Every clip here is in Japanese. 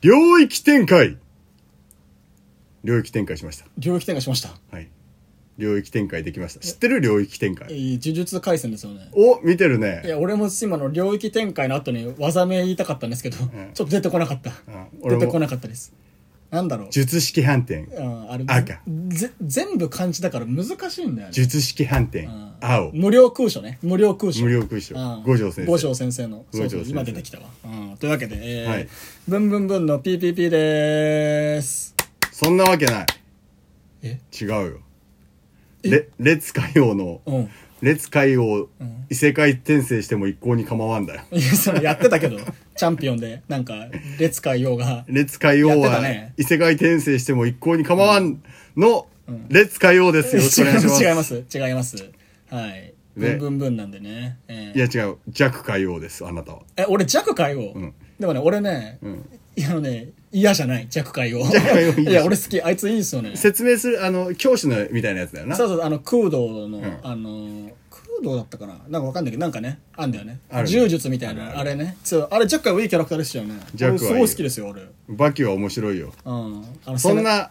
領域展開領域展開しました領域展開しました。はい領域展開できました知ってる領域展開えー呪術回戦ですよね。お見てるいねや、俺も今の領域展開の後に技名言いたかったんですけど、んちょっと出てこなかった。ん俺も出てこなかったです。なんだろう。術式反転うんあれ赤ぜ全部漢字だから難しいんだよね。術式反転ん青無料空所ね。無料空所。無料空所うん五条先生五条先生の。そう五条そう、先生今出てきたわ。うんというわけで、えーはいブンブンブンの PPP でーす。そんなわけないえ 違うよレレッツ海王のうん。レッツ海王ん異世界転生しても一向に構わんだよいや、それやってたけど、チャンピオンで、なんか、列海洋が、レッツ海王やってはたね異世界転生しても一向に構わんのレッツ海王ですよろしくお願いします違います違いますはい、ブンブンブンなんでね、えーいや違う弱海王ですあなたはえ俺弱海王、んでもね俺ね、いやあのね嫌じゃない弱海王海王いいですいや俺好きあいついいですよねそう説明するあの教師のみたいなやつだよなそうあの空洞の、んあの空洞だったかななんかわかんないけどなんかねあんだよねある柔術みたいあなるああるれねそうあれ弱海王いいキャラクターでしたよね弱俺海王すごい好きですよ俺、うん、バキは面白いよあのそんはな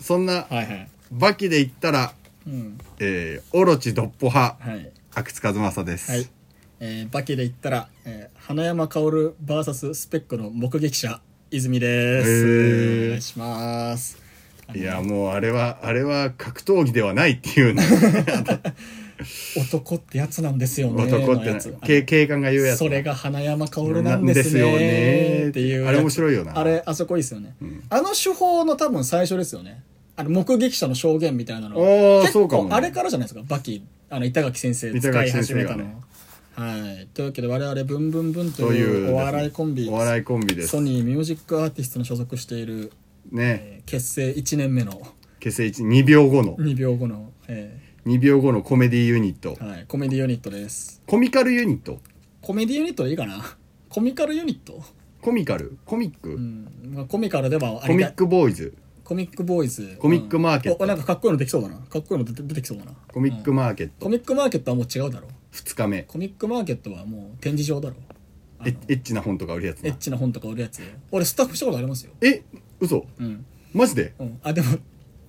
そんないはいバキで言ったらうんえーオロチドッポ派はい阿久津和正ですはい。えー、バキで言ったら、えー、花山薫 VS スペックの目撃者、泉です。へーお願いします。あのいやもうあれはあれは格闘技ではないって いうね男ってやつなんですよね。男ってのやなつ警警官が言うやつそれが花山薫なんなですんですねよねっていうやつあれ面白いよなあれあそこいいですよね、あの手法の多分最初ですよねあの目撃者の証言みたいなのあー結そうかも構ねあれからじゃないですかバキあの板垣先生板使い垣先始生めたがの、ねはいというわけで我々ブンブンブンとといういうお笑いコンビお笑いコンビですソニーミュージックアーティストに所属している、ねえー結成1年目の結成1 2秒後の2秒後の、え2秒後のコメディユニットーはい、コメディユニットですコミカルユニットコメディユニットでいいかなコミカルユニットコミカルコミック、うんまあ、コミカルではあコりミがックボーイズコミックボーイズコミックマーケットうんおなんかかっこいいのできそうだなかっこいいの出て出てきそうだなコミックマーケットコミックマーケットはもう違うだろ2日目コミックマーケットはもう展示場だろあのエッエッチな本とか売るやつエなッチな本とか売るやつ俺スタッフしたことありますよえ嘘うん、マジでうん、あでも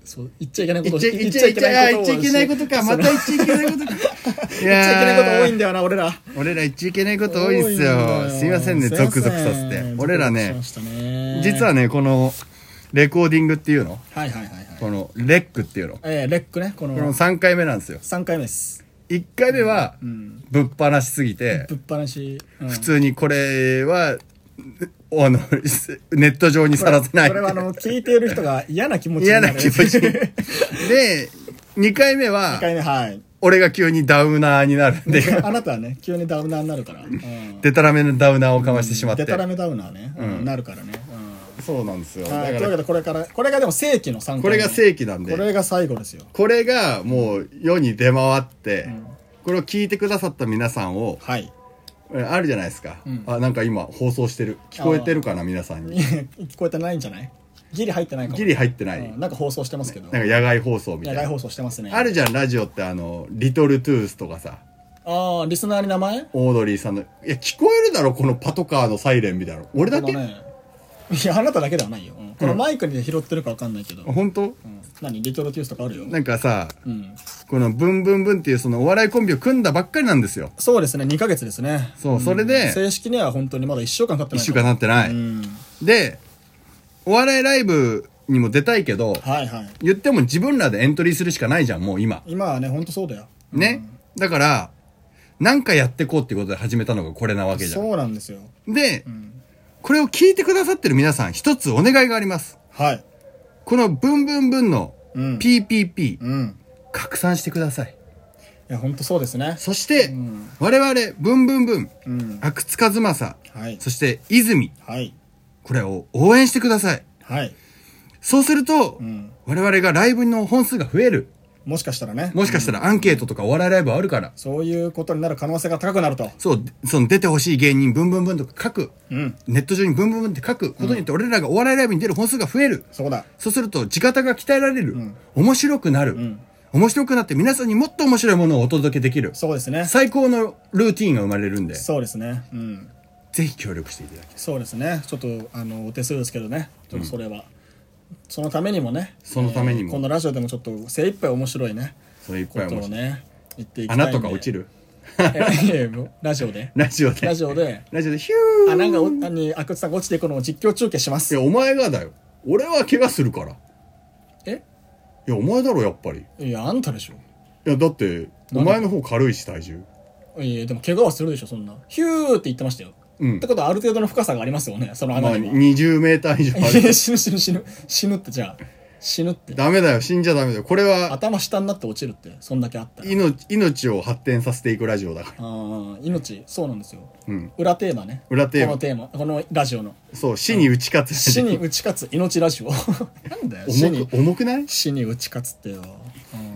そう言っちゃいけないこ言とっちゃい言っちゃいけない言っちゃいけないことかまた言言っっちゃいけ ないことかいちゃいけないこと多いんやだよな俺らー俺ら言っちゃいけないこと多いっすよすいませんねゾクゾクさせて俺らね実はねねこのレコーディングっていうのはいはいはいはいこのレックっていうのこえー、レックねこのの3回目なんですよ3回目です1回目はうんぶっ放しすぎてぶっ放し、うん普通にこれはあの ネット上にさらせないこれはあの聞いている人が嫌な気持ちにな嫌るな気持ち2で2回目は回目はい俺が急にダウナーになるん であなたはね急にダウナーになるから、うん、でたらめのダウナーをかましてしまってでたらめダウナーね、うんうんなるからね、そうなんですようんはい、だといからうわけでこれからこれがでも正規の3回目これが正規なんでこれが最後ですよこれがもう世に出回ってこれを聞いてくださった皆さんをはい えあるじゃないですかんあなんか今放送してる聞こえてるかな皆さんいやに聞こえてないんじゃないギリ入ってないかもギリ入ってないうんなんか放送してますけど、なんか野外放送みた野い外な放送してますねあるじゃんラジオってあのリトルトゥースとかさああリスナーに名前オードリーさんのいや聞こえるだろこのパトカーのサイレンみたいな俺だけこのね いやあなただけではないよ、うんこのマイクで拾ってるかわかんないけど、うん本当何リトルティウスとかあるよなんかさうんこのブンブンブンっていうそのお笑いコンビを組んだばっかりなんですよそうですね、2ヶ月ですね。そうそれで正式には本当にまだ1週間経って一ない週か間ら。経ってない、うん。でお笑いライブにも出たいけどはいはい。言っても自分らでエントリーするしかないじゃんもう今今はね、本当そうだよ。ね、だからなんかやってこうってことで始めたのがこれなわけじゃそうなんですよ。んで、これを聞いてくださってる皆さん一つお願いがありますはい。このブンブンブンのうん PPP、うん。拡散してくださいいや、本当そうですね。そして、我々ブンブンブンうん。阿久津和正はい。そして泉はい。これを応援してくださいはい。そうすると、ん我々がライブの本数が増えるもしかしたらね、もしかしたらアンケートとかお笑いライブあるから、そういうことになる可能性が高くなると。そうその出てほしい芸人ブンブンブンとか書くうん。ネット上にブンブンブンって書くことによって俺らがお笑いライブに出る本数が増えるそこだ。そうすると地方が鍛えられる、面白くなる、ん面白くなって皆さんにもっと面白いものをお届けできるそうですね。最高のルーティンが生まれるんでそうですね。うん。ぜひ協力していただきたいそうですねちょっとあのお手数ですけどねちょっとそれは、そのためにもねそのためにもえーこのラジオでもちょっと精一杯面白いねそれいっこぱいと面を白い、ね言っていきたいんで穴とか落 ちるいやいやもうラジオでラジオでラジオでラジオでヒュー穴がおあに阿久津さんが落ちていくのを実況中継しまいすやお前がだよ俺は怪我するからいえやお前だろやっぱりいやあんたでしょいやだってなおんだ前の方軽いし体重いやでも怪我はするでしょそんなヒューって言ってましたよ、うんってことはある程度の深さがありますよねそのまあ穴には、 20メーター以上あ いやる死ぬ死ぬ死ぬ死ぬってじゃあ死ぬってダメだよ死んじゃダメだよこれは頭下になって落ちるってそんだけあったら命命を発展させていくラジオだからあー命そうなんですようん裏テーマね裏テーマこのテーマこのラジオのそう死に打ち勝つ死に打ち勝つ命ラジオ なんだよ死重にく重くないい死に打ち勝つってよ、うん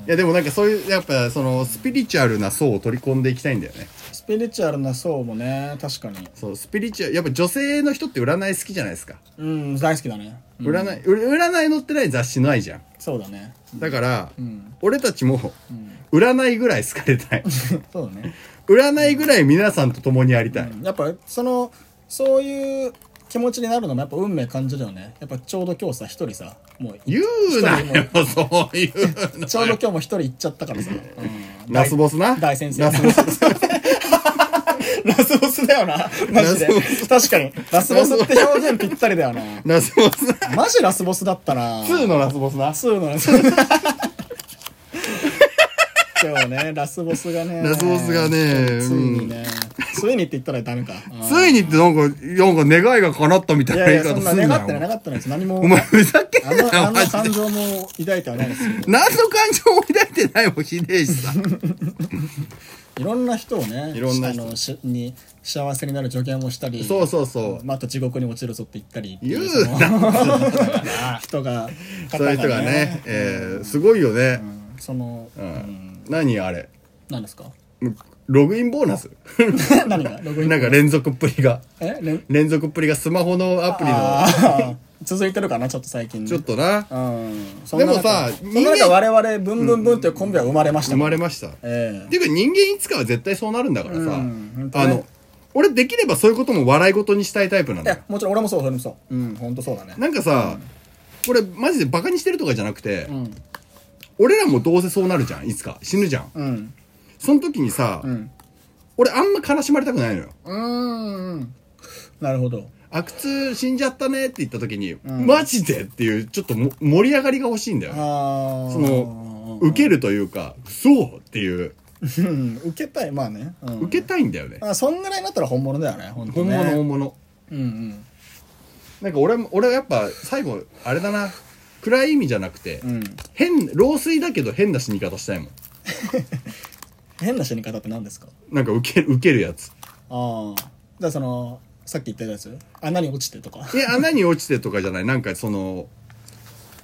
やでもなんかそういうやっぱそのスピリチュアルな層を取り込んでいきたいんだよねスピリチュアルな層もね確かにそうスピリチュアルやっぱ女性の人って占い好きじゃないですかうん大好きだね、うん占い、う占い載ってない雑誌ないじゃんそうだね だから、うん俺たちもうん占いぐらい好かれたいそうだね、占いぐらい皆さんと共にありたい、うんやっぱそのそういう気持ちになるのもやっぱ運命感じるよねやっぱちょうど今日さ一人さもう言うなよそういうのちょうど今日も一人行っちゃったからさ、うんラスボスな大先生ラスボスラスボスだよなマジでラ確かにラスボスって表現ぴったりだよなラスボスなマジラスボスだったな2のラスボスなツーのラスボス今日ねラスボスがねラスボスがねついにね、ついにって言ったらダメかついにってなんか、なんか願いが叶ったみたいいなや言いいやそ方んなすんな願ってないよ。なかったのです何もお前ふざけあんな のよ、あのマジ感で。情も抱いてはないですよ何の感情も抱いてないもん、ひでえしさ。いろんな人をねいろんな人あのしに幸せになる助言をしたりそうそうそう。まあ、あと地獄に落ちるぞって言ったり言うその 人がそういう人がね、えーすごいよねう。んその、ううんん、何あれ。何ですか ログインボーナス何がログインなんか連続っぷりが。え連連続っぷりがスマホのアプリの。あー 続いてるかなちょっと最近ねちょっとな、うんそんなでもさ中そ人んな間中我々ブンブンブンっていうコンビは生まれました生まれました。っえていうか人間いつかは絶対そうなるんだからうさん本。当ねあの、俺できればそういうことも笑い事にしたいタイプなんえいだよや。もちろん俺もそうそれもそううん本当そうだねなんかさ、これマジでバカにしてるとかじゃなくて、うん俺らもどうせそうなるじゃんいつか死ぬじゃんうんその時にさ、うん俺あんま悲しまれたくないのようんうんなるほど阿久津死んじゃったねって言った時に、マジでっていうちょっとも盛り上がりが欲しいんだよねああその受けるというかそうっていううん 受けたいまあね、うん受けたいんだよね、あそんぐらいになったら本物だよね本当本ね物本物うんうんなんか俺も俺はやっぱ最後あれだな暗い意味じゃなくて、うん変老衰だけど変な死に方したいもん変な死に方って何ですかなんか受ける受けるやつああじゃあそのさっき言ったやつ穴に落ちてとかいや穴に落ちてとかじゃないなんかその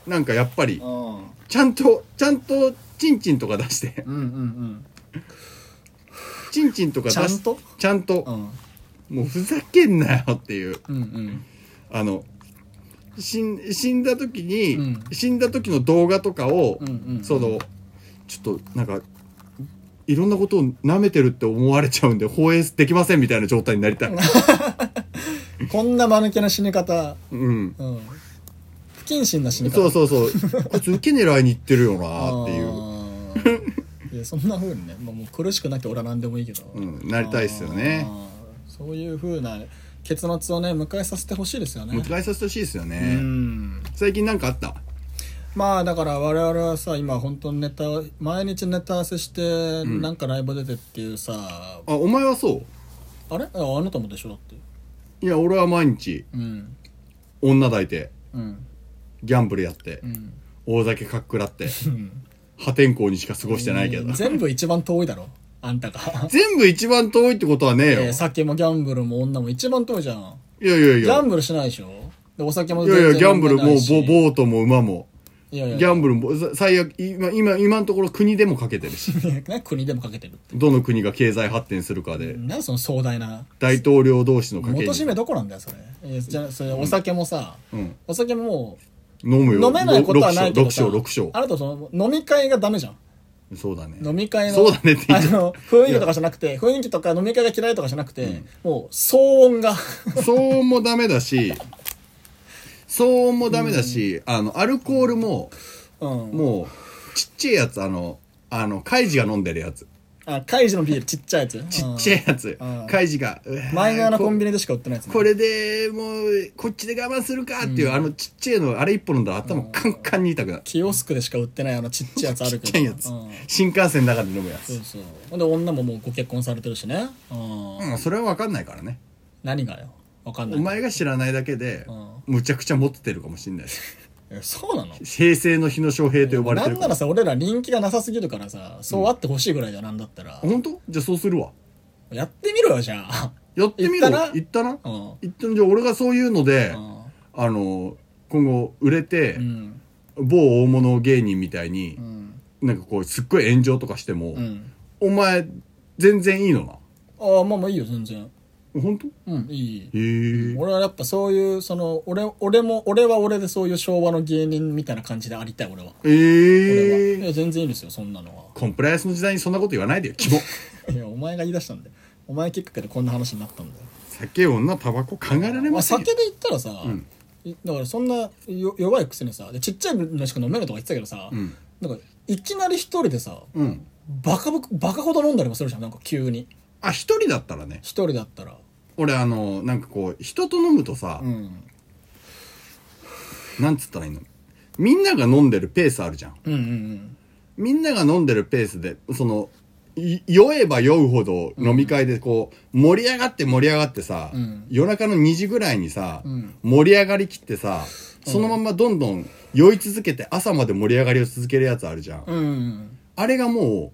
なんかやっぱりうんちゃんとちゃんとチンチンとか出して うんうんチンチンとか出してちゃんとちゃんとうんうんもうふざけんなよっていううんあの死ん死んだ時に、うん死んだ時の動画とかを、うんうんうんそのちょっとなんかいろんなことを舐めてるって思われちゃうんで放映できませんみたいな状態になりたい、うんこんな間抜けな死に方うん、うん不謹慎な死に方そうそうそうこいつ受け狙いに行ってるよなあっていう、いういやそんなふうにね、まあ、もう苦しくなきゃ俺は何でもいいけど、うん、なりたいっすよねあーそういうふうな結末をね迎えさせてほしいですよね迎えさせてほしいですようね、ん最近なんかあったまあだから我々はさ今本当にネタ毎日ネタ合わせしてなんかライブ出てっていうさ、あお前はそうあれああなたもでしょだっていや俺は毎日うん女抱いてうんギャンブルやってう、ん大酒かっくらって破天荒にしか過ごしてないけど、うん全部一番遠いだろあんたが全部一番遠いってことはねええよ、ー酒もギャンブルも女も一番遠いじゃんいやいやいギャやンブルしないでしょでお酒もいやいやギャンブルもうボーボートも馬もいやいギやャンブルもさ最悪今今今のところ国でもかけてる しね国でもかけてるってどの国が経済発展するかでなんでその壮大な大統領同士の賭け元締にめどこなんだよそれえーじゃあそれお酒もさ、うんお酒ももう飲むよ飲めないことはないけどさ6勝6勝あなたその飲み会がダメじゃんそうだね飲み会のそうだねって言あっちゃの雰囲気とかじゃなくて雰囲気とか飲み会が嫌いとかじゃなくて、もう騒音が 騒音もダメだし騒音もダメだし、あのアルコールもうんもうちっちゃいやつあのあのカイジが飲んでるやつあカイジのビールちっちゃいやつちっちゃいやつうんカイジがうわー前側のコンこビニでしか売ってないやつ、ね、これでもうこっちで我慢するかっていう、あのちっちゃいのあれ一本飲んだら頭カンカンに痛くなる、キオスクでしか売ってないあのちっちゃいやつあるちけっどちゃいやつ、うん新幹線の中で飲むやそうつそうほんで女ももうご結婚されてるしね、うんうんそれは分かんないからね何がよわかんなおい前が知らないだけで、むちゃくちゃ持っててるかもしれないしえそうなの平成の日の翔平と呼ばれなてるんかなもらさ俺ら人気がなさすぎるからさそうあってほしいぐらいじゃなんだったら、本当じゃあそうするわやってみろよじゃあやってみろ言ったな言ったなうん言ったのじゃあ俺がそういうので、うんあの今後売れて、うん某大物芸人みたいにう、んなんかこうすっごい炎上とかしても、うんお前全然いいのなああまあまあいいよ全然本当へうんいいえ俺はやっぱそういうその俺俺も俺は俺でそういう昭和の芸人みたいな感じでありたい俺は俺はえいえや全然いいですよそんなのはコンプライアンスの時代にそんなこと言わないでよキモいやお前が言い出したんだよお前きっかけでこんな話になったんだよ酒女タバコ考えられままあ、せん酒よで言ったらさ、いだからそんなよ弱いくせにさでちっちゃいのしか飲めないとか言ってたけどさ、んなんかいきなり一人でさうんバカぼバカほど飲んだりもするじゃんなんか急にあ一人だったらね一人だったら俺あのなんかこう人と飲むとさ、うんなんつったらいいのみんなが飲んでるペースあるじゃんうんうんみんなが飲んでるペースで、その、い酔えば酔うほど飲み会でこう、盛り上がって盛り上がってさ、うん夜中の2時ぐらいにさ、ん盛り上がりきってさ、そのままどんどん酔い続けて朝まで盛り上がりを続けるやつあるじゃん。うんうんあれがも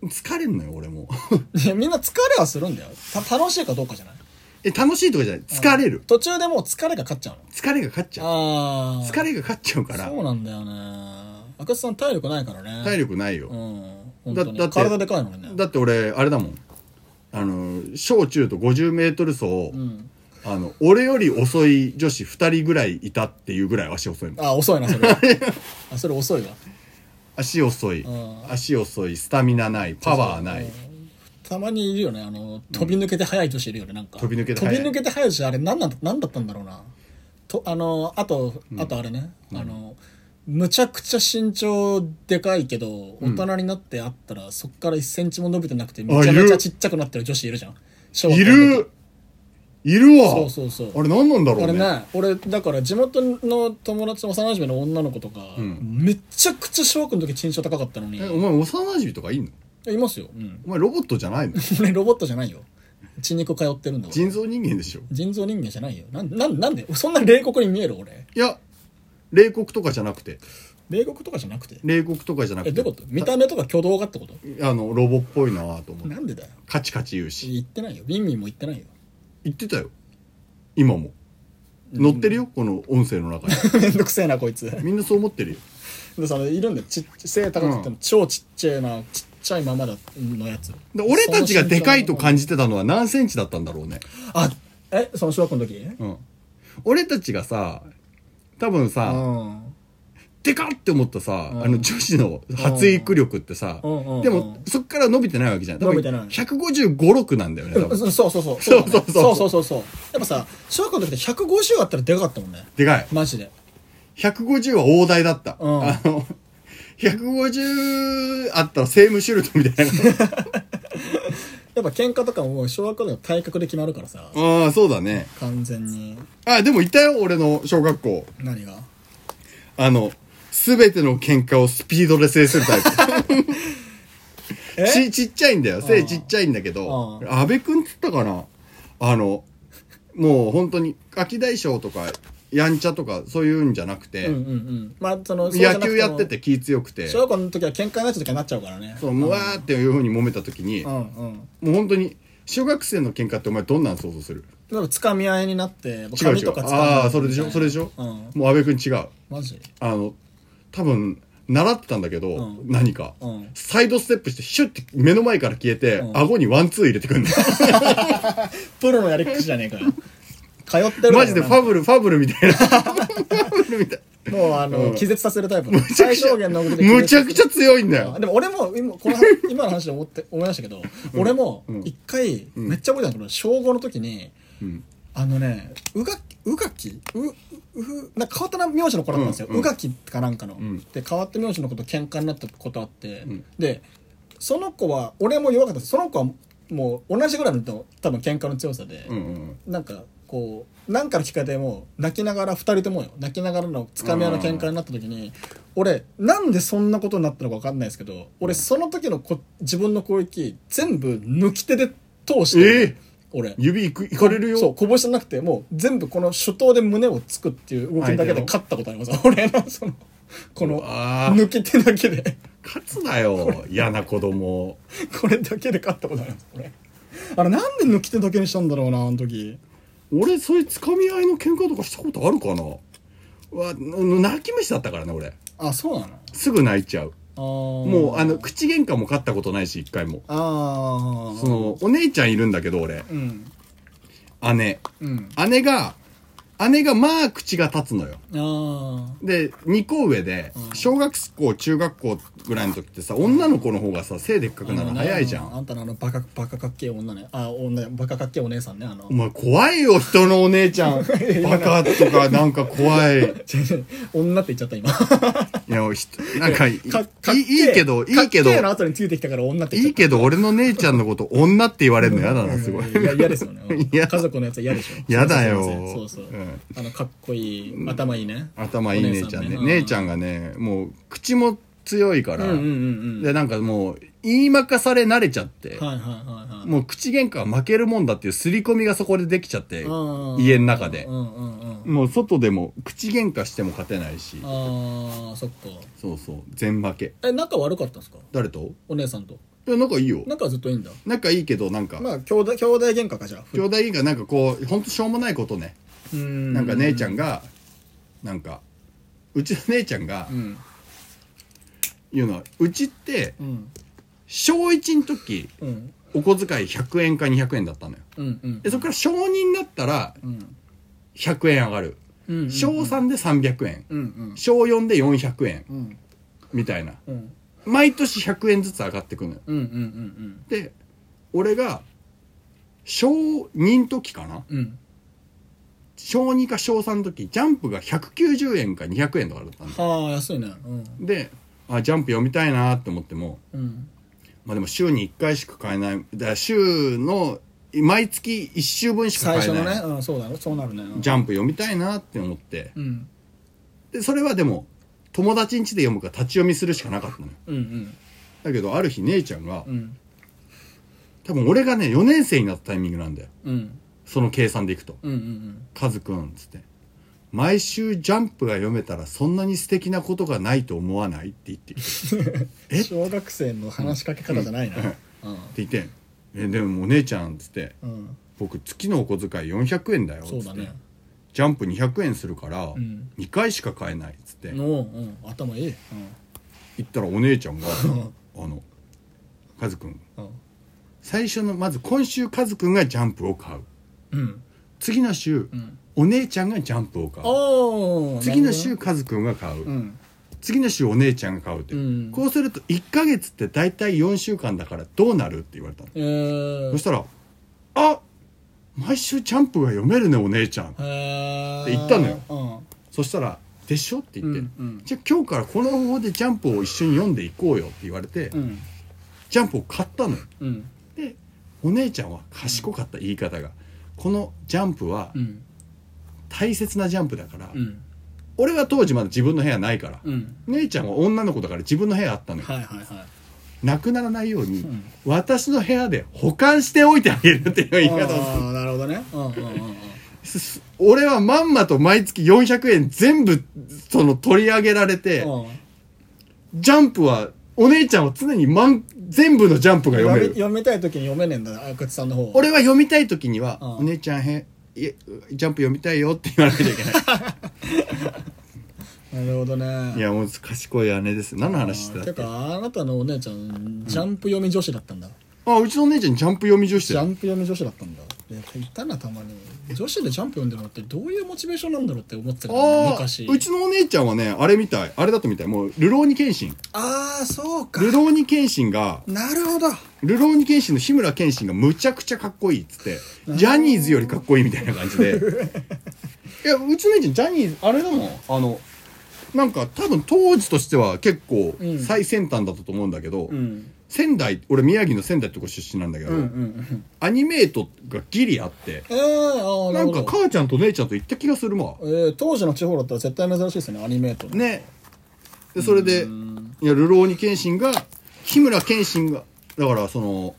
う、疲れんのよ、俺も。 うんいやみんな疲れはするんだよた楽しいかどうかじゃないえ、楽しいとかじゃない。疲れる。途中でもう疲れが勝っちゃうの疲れが勝っちゃう。ああ疲れが勝っちゃうから、そうなんだよね赤津さん体力ないからね体力ないよ。うん本だ当にだって体でかいのにねだって俺、あれだもん。あの、小中と50メートル走、うんあの、俺より遅い女子2人ぐらいいたっていうぐらい足遅いの。あ遅いなそ れはあそれ遅いわ足遅いん。足遅い、スタミナない、パワーない。たまにいるよねあの飛び抜けて速い女子いるよねなんか飛び抜けて速い飛び抜けて速い女子あれ何なんだ何だったんだろうなとあのあとあとあれね、あのむちゃくちゃ身長でかいけど大人になってあったらそっから1センチも伸びてなくてめちゃめちゃちっちゃくなってる女子いるじゃん小学い校の時るいるわそうそうそうあれ何なんだろあうれね。ね俺だから地元の友達の幼馴染の女の子とか、めちゃくちゃ小学校の時身長高かったのにえお前幼馴染とかいんのいますよ、うん、 お前ロボットじゃないの俺ロボットじゃないよ血肉通ってるんだ俺人造人間でしょ人造人間じゃないよなんなんなんでそんな冷酷に見える俺いや、冷酷とかじゃなくて、冷酷とかじゃなくて冷酷とかじゃなくえて、どういうこと見た目とか挙動がってことあの、ロボっぽいなぁと思って。なんでだよカチカチ言うし。言ってないよビンビンも言ってないよ言ってたよ。今も。乗ってるよ、この音声の 中に。めんどくせえなこいつみんなそう思ってるよ。でそのいるんだよちっ背高くてうも超ちっちゃいなちっちゃいままだのやつで俺たちがでかいとじ感じてたのは何センチだったんだろうね。あえその小学校の時うん。俺たちがさ、多分うさ、んでかって思ったさ、うんあの女子の発育力ってさ、うんうんうんでもそっから伸びてないわけじゃん。多伸分びてない155、6なんだよね、多うん分。そうそうそうそうそうそそううそうそうそうやっぱさ小学校の時って150あったらでかかったもんねでかい。マジで150は大台だった。うんあの、150あったらセームシュルトみたい な。やっぱ喧嘩とかももう小学校の時の体格で決まるからさああ、そうだね。完全にあ、でもいたよ、俺の小学校。何があの、すべての喧嘩をスピードで制するタイプ。 ちちっちゃいんだよ背ちっちゃいんだけどう安倍君っつったかなあのもう本当に秋大将とかやんちゃとかそういうんじゃなくて、うんうんうんまあそのそうじゃな野くも球やってて気強くて小学校の時は喧嘩になっちゃう時はなっちゃうからねそうもうわーっていうふうに揉めた時に、うもんうんう本当に小学生の喧嘩ってお前どんなん想像するでもつかみ合いになって違う髪違うとかつかみ合いああーそれでしょそれでしょ、うんもう安倍君違うマジあの多分習ってたんだけど、うん何か、うんサイドステップしてシュッて目の前から消えて、うん 顎にワンツー入れてくんのプロのやり口じゃねえかよ通ってるのマジでファブルファブルみ たいなファブルみたいもうあの、気絶させるタイプのちゃく最ちゃ小限のことで気む絶ちさゃせるくちゃ強いんだよでも俺も 今この今の話で思って思いましたけど、俺も一回、めっちゃ覚えてるんですけど小5の時に、んあのねうがうがきうううなんか変わったな名字の子だったんですよ、ううんうんがきかなんかの、んで変わった名字の子と喧嘩になったことあって、でその子は俺も弱かったですその子はもう同じぐらいの多分喧嘩の強さで、うんうんなんかこうなんかの機会でもう泣きながら2人ともよ泣きながらのつかみ合いの喧嘩になった時に俺なんでそんなことになったのか分かんないですけど俺その時のこ自分の攻撃全部抜き手で通して、ええ俺指いくいかれるよそうこぼしてなくてもう全部この手刀で胸をつくっていう動きだけで勝ったこと あります俺のそのこのあー抜き手だけで勝つなよ嫌な子供これだけで勝ったことあります俺あれなんで抜き手だけにしたんだろうなあの時俺そういうつかみ合いの喧嘩とかしたことあるかなうわ泣き虫だったからね俺あそうなのすぐ泣いちゃうあーもうあの口喧嘩も勝ったことないし一回もああそのお姉ちゃんいるんだけど俺うん姉うん姉が姉がまあ口が立つのよあで2個上で小学校中学校ぐらいの時ってさ女の子の方がさ背でっかあくなるの早いじゃあんあんたのあのバカバカかっけえ女ねあ女バカかっけえお姉さんねあの お前怖いよ人のお姉ちゃんバカとかなんか怖い違う違う女って言っちゃった今いやひなんかいい かかっけえいいけどいいけかどっけえの後についてきたから女ってい言っいちゃけっど俺の姉ちゃんのこと女って言われるの嫌だなすごいたいや嫌ですよねう んいや家族のやつは嫌でしょ嫌だよそうそう、うんあのかっこいい頭いいね頭いい姉ちゃんねお姉ちゃんんがねもう口も強いから、うんうんうんうんでなんかもう言いまかされ慣れちゃって、はいはいはいはいもう口喧嘩は負けるもんだっていう刷り込みがそこでできちゃって、うん家の中でう、んうんうんもう外でも口喧嘩しても勝てないし、ああそっかそうそう全負けえ仲悪かったんですか誰とお姉さんといや仲いいよ仲はずっといいんだ仲いいけどなんか、まあ兄弟兄弟喧嘩かじゃあ兄弟喧嘩なんかこうほんとしょうもないことね、ななんか姉ちゃんがなんかうちの姉ちゃんがうん言うのはうちってうん小1の時うんお小遣い100円か200円だったのようんうんでそこから小2になったらうん100円上がるうん小3で300円うんうん小4で400円うんみたいなうん毎年100円ずつ上がってくのようんうんうんで俺が小2の時かなうんうん小2か小3の時ジャンプが190円か200円とかだったんだはあ安いねうんであジャンプ読みたいなって思ってもうんまあでも週に1回しか買えないだから週の毎月1週分しか最買え初ないのねうんそうだろそうなるねうんジャンプ読みたいなって思ってうんでそれはでも友達ん家で読むか立ち読みするしかなかったのようんうんだけどある日姉ちゃんがうん多分俺がね4年生になったタイミングなんだようんその計算でいくとうんうん「カズくん」っつって「毎週ジャンプが読めたらそんなに素敵なことがないと思わない?」って言ってってうん小学生の話しかけ方じゃないなうん言って 「えでもお姉ちゃん」っつってうん「僕月のお小遣い400円だよ」っそうつだってね「ジャンプ200円するからん2回しか買えない」っつっておううん頭いい言ったらお姉ちゃ んが「あのカズくんうんうん最初のまず今週カズくんがジャンプを買ううん次の週、んお姉ちゃんがジャンプを買うおー次のな週るカズくんが買う、ほどねうん次の週お姉ちゃんが買うって、うんこうすると1ヶ月って大体4週間だからどうなるって言われたの、えーそしたら「あ毎週ジャンプが読めるねお姉ちゃん」へって言ったのよよそしたら「でしょ?」って言って、うんうんじゃあ今日からこの方法でジャンプを一緒に読んでいこうよ」って言われて、うんうんジャンプを買ったのようんでお姉ちゃんは賢かった言い方が、このジャンプはうん大切なジャンプだから、うん俺は当時まだ自分の部屋ないから、うん姉ちゃんは女の子だから自分の部屋あったのよはいはいはいなくならないように、ん私の部屋で保管しておいてあげるっていう言い方をああなるほどねうんうんうんうんすす俺はまんまと毎月400円全部その取り上げられて、ジャンプはお姉ちゃんは常に満全部のジャンプが読読めみる読みたい時に読めねえんだ阿久津さんの方俺は読みたい時には、うんお姉ちゃんへいえジャンプ読みたいよって言わなきゃいけ ないなるほどねいやもう賢い姉です何の話してあーたてっけかあなたのお姉ちゃんジャンプ読み女子だったんだあうちのお姉ちゃんジャンプ読み女子ジだャよンプ読み女子だったんだいやいたなたまに女子でジャンプ読んでるのってどういうモチベーションなんだろうって思ってたけどああ昔うちのお姉ちゃんはねあれみたいあれだとみたいもう「流浪に謙信」ああそう「か流浪に謙信」がなるほど「流浪に謙信」の志村謙信がむちゃくちゃかっこいいっつってジャニーズよりかっこいいみたいな感じで いやうちのお姉ちゃんジャニーズあれだもんあのなんか多分当時としては結構うん最先端だったと思うんだけど、うん仙台俺宮城の仙台ってとこ出身なんだけど、うんうんうんアニメートがギリあってええああななるんほかど母ちゃんと姉ちゃんと行った気がするわえー当時の地方だったら絶対珍しいですよねアニメートねねでそれで「いや流浪に謙信」が日村謙信がだからその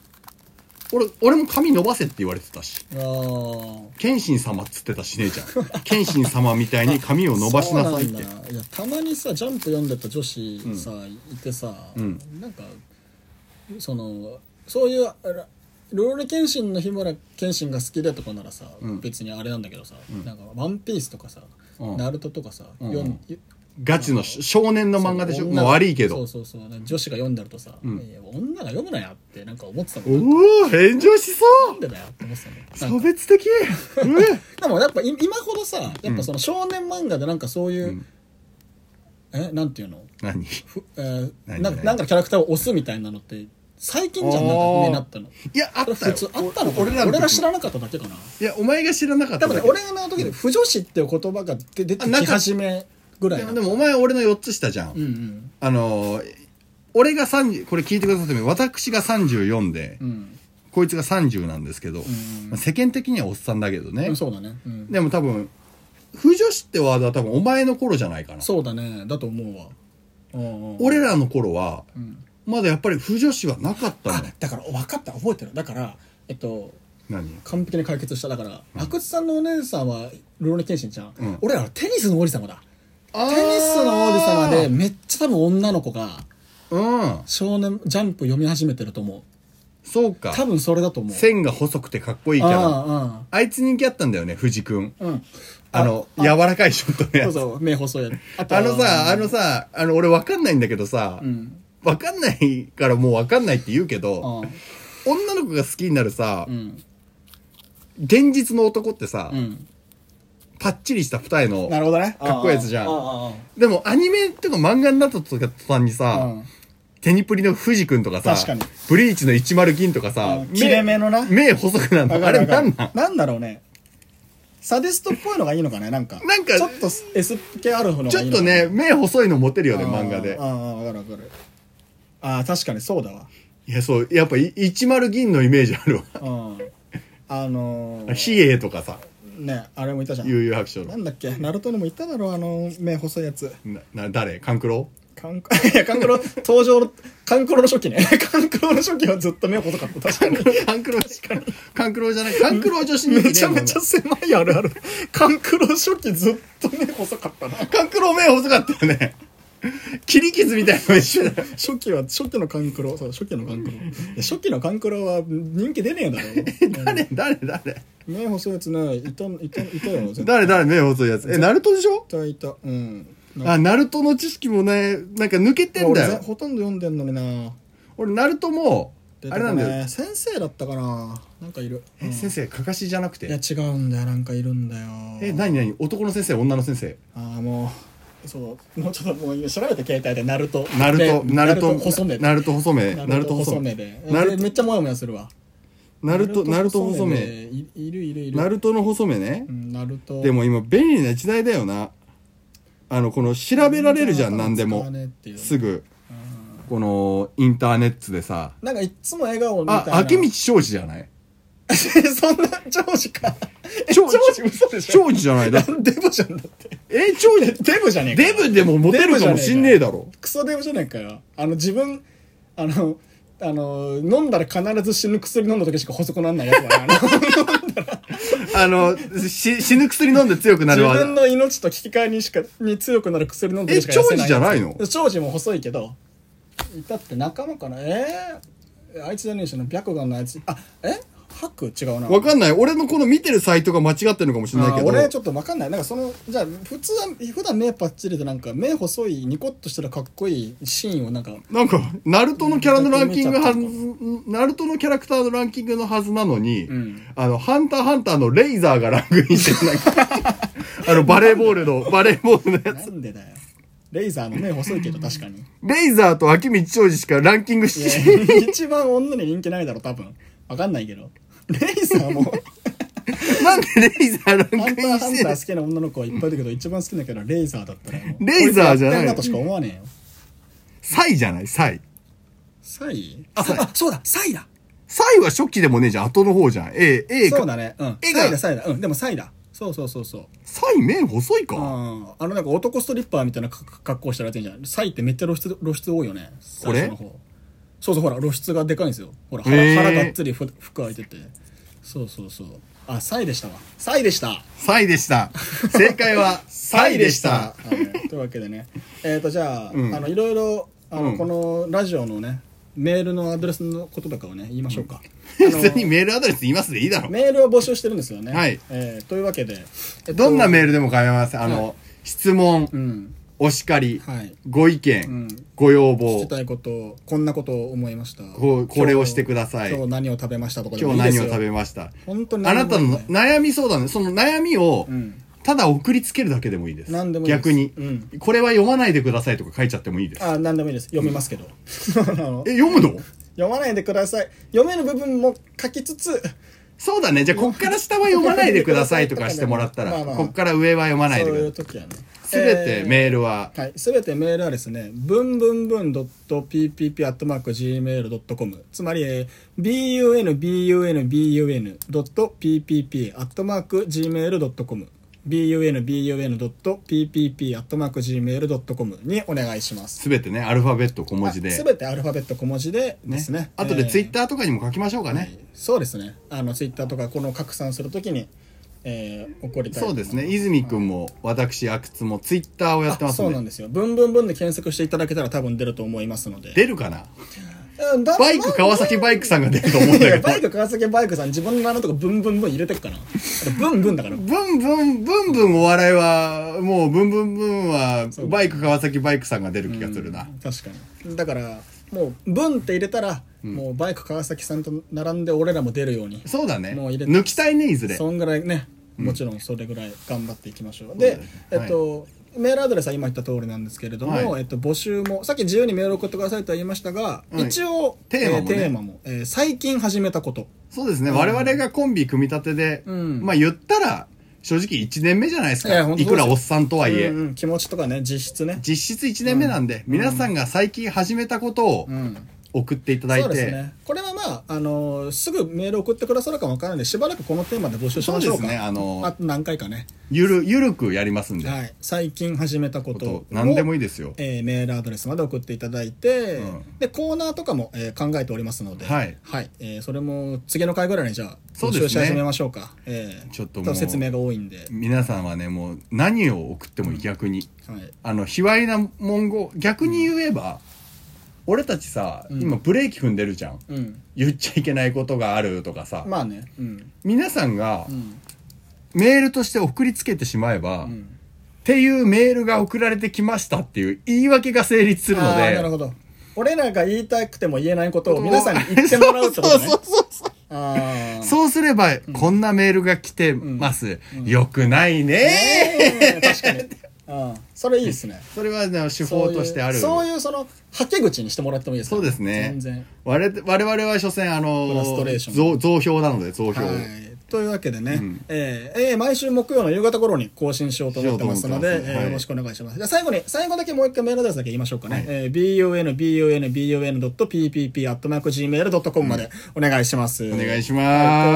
俺俺も髪伸ばせって言われてたしああ謙信様っつってたし姉ちゃん謙信様みたいに髪を伸ばしなさいっそうてなんだいやたまにさジャンプ読んでた女子さ、いてさ、んなんかそのそういうあらルロール謙信の日村謙信が好きだとかならさ、ん別にあれなんだけどさ、なんか「ワンピースとかさ「うんナルトとかさ、ん読んガチの少年の漫画でしょもう悪いけそうどそうそうなんか女子が読んだるとさ、んいや女が読むなやってなんか思ってたもん、なおお炎上しそんでだよって思ってたもんなんうか差別的うえでもやっぱい今ほどさやっぱその少年漫画でなんかそういう、えなんていうの何ふえー何なんかなんかキャラクターを押すみたいなのって最近じゃんあーなんか上になったのいやあった普よ通あったのかな俺らの時俺ら知らなかっただけかないやお前が知らなかっ多た分だねけ俺がの時で「不女子」っていう言葉が出てあなんきか始めぐらでいなものでもお前は俺の4つ下じゃん、うんうんあのー俺が30これ聞いてくださっても私が34で、うんこいつが30なんですけど、んまあ世間的にはおっさんだけどね、うんそうだねうんでも多分不女子ってワードは多分お前の頃じゃないかなそうだねだと思うわうんうん俺らの頃はうんまだやっぱり不女子はなかったあのよだから分かった覚えてるだからえっと何完璧に解決しただから阿久津さんのお姉さんはルローニケンシンじゃん、うん俺らはテニスの王子様だあーテニスの王子様でめっちゃ多分女の子がうん少年ジャンプ読み始めてると思うそうか多分それだと思う線が細くてかっこいいキャラああいつ人気あったんだよね藤君あうんうんあの柔らかいショットのそやうつそう目細いやつあと あのさあのさあの俺わかんないんだけどさ、うんわかんないからもうわかんないって言うけど、あ女の子が好きになるさ、うん現実の男ってさ、うんパッチリした二重の、なるほどねかっこいいやつじゃんああでもアニメとか漫画になった途端にあああさ、うんテニプリの藤君とかさ、確かにブリーチの109銀とかさ、うん切れ目のな目細くなるの。あわかれるわかなるんなんなんだろうねサディストっぽいのがいいのかねなんかなんかちょっと S 系あるのがいいのちかょなっとね、目細いのモテるよね、ああ漫画であ。あわかるわかるああ確かにそうだわいや、そう、やっぱい10銀のイメージあ るわ。うんあのー比叡とかさ、ねあれもいたじゃん悠々白書なの。んだっけナルトにもいただろあの目細いやつな、な誰勘九 郎カンク いやカンクロ登場のカンクロの初期ね カンクロの初期はずっと目細かった確 かに勘九郎、勘九郎じゃない勘九郎女子にめちゃめちゃ狭いあるあるカンクロ初期ずっと目細かったな勘九郎目細かったよね。切り傷みたいなの一緒だよ。 初期は初期のカンクロそう初期のカンクロいや初期のカンクロは人 気出ねえだろ誰誰誰目細いやつねいたいたいたよ絶誰誰目細いやつ。え、ナルトでしょ対いたうんなんかあ、ナルトの知識もね、なんか抜けてん俺だぜよ。ほとんど読んでんのにな俺、ナルトも、出てあこれねなんだよ。先生だったかななんかいるうえ、ん先生、かかしじゃなくいやて。違うんだよなんかいるんだよえ、なになに男の先生、女の先生。ああもうそうもうちょっともう調べて携帯でナルトナルト、でナルト、細めナルト細め。ナルト細めでナルでめっちゃモヤモヤするわナルト、ナルト細め。でいいるいるいるナルトの細めねう。んナルトでも今、便利な時代だよな。あの、この、調べられるじゃん、何でも使わ。ねえっていうすぐ、この、インターネットでさ。なんかいっつも笑顔みたいなあ、明道庄司じゃない そんな上司かえ長上司司嘘でしょ長司じゃない だってデブじゃんだってえ、長司デブじゃねえかデブでもモテるかもしんねえだろ。クソデブじゃないかよあの自分あのあの飲んだら必ず死ぬ薬飲んだ時しか細くなんないやつ だなあの、し死ぬ薬飲んで強くな自るわ。分の命と引き換えにしかに強くなる薬飲んでるしか痩せえ長寿じゃないの長寿も細いけどいたって仲間かなえー、あいつじゃねえしな白眼のあいつあえハク違うな。わかんない。俺のこの見てるサイトが間違ってるのかもしれないあけーど。俺ちょっとわかんないなんかそのじゃあ普通は普段目パッチリでなんか目細いニコッとしたらかっこいいシーンをなんかなんか、ナルトのキャラのランキングはずう、ナルトのキャラクターのランキングのはずなのに、んあの、ハンターハンターのレイザーがランクインして ない。あの、バレーボールの、バレーボールのやなつ。んでだよレイザーも目細いけど確かにレイザーと秋道長治しかランキングいしてない。や一番女に人気ないだろ多分わかんないけどレイザ ーもなんでレイザーランハクンタイーンハしンてタなーい好きな女の子はいっぱいいるけど一番好きなキャラレイザーだったらもうレイザーじゃないこつやってんなとしか思わねえよサイじゃないサイ。サイああそうだサイだサイは初期でもねえじゃん。後の方じゃん。A、A そうか。だねうん絵がサイだサイだうんでもサイだそうそうそうそうサイ面細いか。ああのなんか男ストリッパーみたいなか格好したらやついるじゃんサイってめっちゃ露出露出多いよねこれ最初の方そうそうほら露出がでかいんですよほらへー腹腹がっつりふ服開いててそうそうそうあサイでしたわサイでしたサイでした。正解 は、サイでした。はいというわけで ねえっ、とじゃあ,、うんあのいろいろあの、うんこのラジオのねメールのアドレスのこととかをね言いましょうか、あの別にメールアドレス言いますでいいだろ。メールを募集してるんですよねはいえーというわけで、えっとどんなメールでも構いません。あの、質問、うんお叱り、はいご意見、うんご要聞き望、たいことこんなことを思いましたこうこれをしてください今日何を食べましたとかで今も日いいです何よを食べました。本当にあ何なでたもいのい悩み相談ね、その悩みをうん、ただ送りつけるだけでもいいです。何でもいいです逆に、うこれは読まないでくださいとか書いちゃってもいいです。あ何でもいいです読みますけど、 あのえ、読むの読まないでください読める部分も書きつつそうだね。じゃあ、こっから下は読まないでくださいとかしてもらったら、 まあまあこっから上は読まないそでくださういい。う時はねすべてーメールは、はい、すべてメールはですね、ぶんぶんぶん .ppp.gmail.com つまり、えー、bunbun.ppp.gmail.com bunbun.ppp.gmail.com にお願いします。すべてね、アルファベット小文字で。すべてアルファベット小文字でですね。あとでツイッターターとかにも書きましょうかね。はいそうですねあのツイッターとかこの拡散するときに、えー、怒りたいそうですね泉くんも私阿久津もツイッターをやってますそうなんねですよ「ブンブンブン」で検索していただけたら多分出ると思いますので出るかなうんだバイク川崎バイクさんが出ると思うんいやだけ バイどク川崎バイクさん自分の名前のとこブンブンブン入れてっかなブンブンだからブンブンブンブンお笑いはもうブンブンブンはバイク川崎バイクさんが出る気がするな確かにだからもう「ブン」って入れたら、もうバイク川崎さんと並んで俺らも出るようにそうだねもう入れて抜きたいねいずれそんぐらいねもちろんそれぐらい頑張っていきましょう、で、そうだねえっと、メールアドレスは今言った通りなんですけれども、はいえっと、募集もさっき自由にメールを送ってくださいとは言いましたが、はい一応テーマもねえーテーマもえー最近始めたことそうですね我々がコンビ組み立てでうんまあ言ったら正直1年目じゃないですいやか本当いくらおっさんとはいえうんうん気持ちとかね実質ね実質1年目なんで皆さんが最近始めたことをうん送っていただそいうですてねこれはまあ、あのーすぐメール送ってくださるかもわからないんでしばらくこのテーマで募集しそうまでしょうすかねあのあと何回かね、ゆるゆるくやりますんではい、最近始めたこことと何でもいいいですよえーメールアドレスまで送っていただいて、うんでコーナーとかも、えー考えておりますので、はいえーそれも次の回ぐらいにじゃあそう募ですね集し始めましょうかえーちょっともう多分説明が多いんで、はい、皆さんはねもう何を送っても逆に、あの卑猥な文言逆に言えば、俺たちさ、うん今ブレーキ踏んでるじゃんうん言っちゃいけないことがあるとかさ、まあねうん皆さんがうんメールとして送りつけてしまえば、うっんていうメールが送られてきましたっていう言い訳が成立するのあーでなるほど俺らが言いたくても言えないことを皆さんに言ってもらうってことねそうそうそうそうあーそうすれば、こんなメールが来てます、よくないね、ねえ確かに、うん、それいいですねそれは、ね、手法としてあるそういうそういうそのはけ口にしてもらってもいいですかそうですね全然我々我々は所詮あフのラストレーション増増票なので増票、はいというわけでね、んえーえー毎週木曜の夕方頃に更新しようと思ってますのしよでう、と思ってますはいえーよろしくお願いします。じゃあ最後に、最後だけもう一回メールアドレスだけ言いましょうかね。はいえー bunbun.ppp.gmail.com までお願いします。お願いしはいというま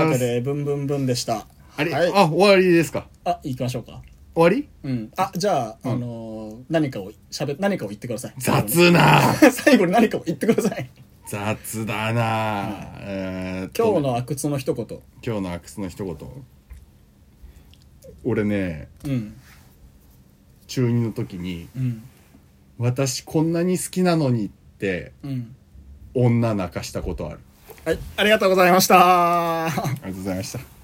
わけす、で、ブンブンブンでした。あれ、はい、あ終わりですかあ、行きましょうか。終わりうん。あ、じゃあ、あのー何かをしゃべ、何かを言ってください。雑な 最後に何かを言ってください。雑だな、えーっと今日の阿久津の一言。今日のアクスの一言俺ねうん。中2の時にうん。 「私こんなに好きなのに」ってうん。女泣かしたことあるはい、ありがとうございました。ありがとうございました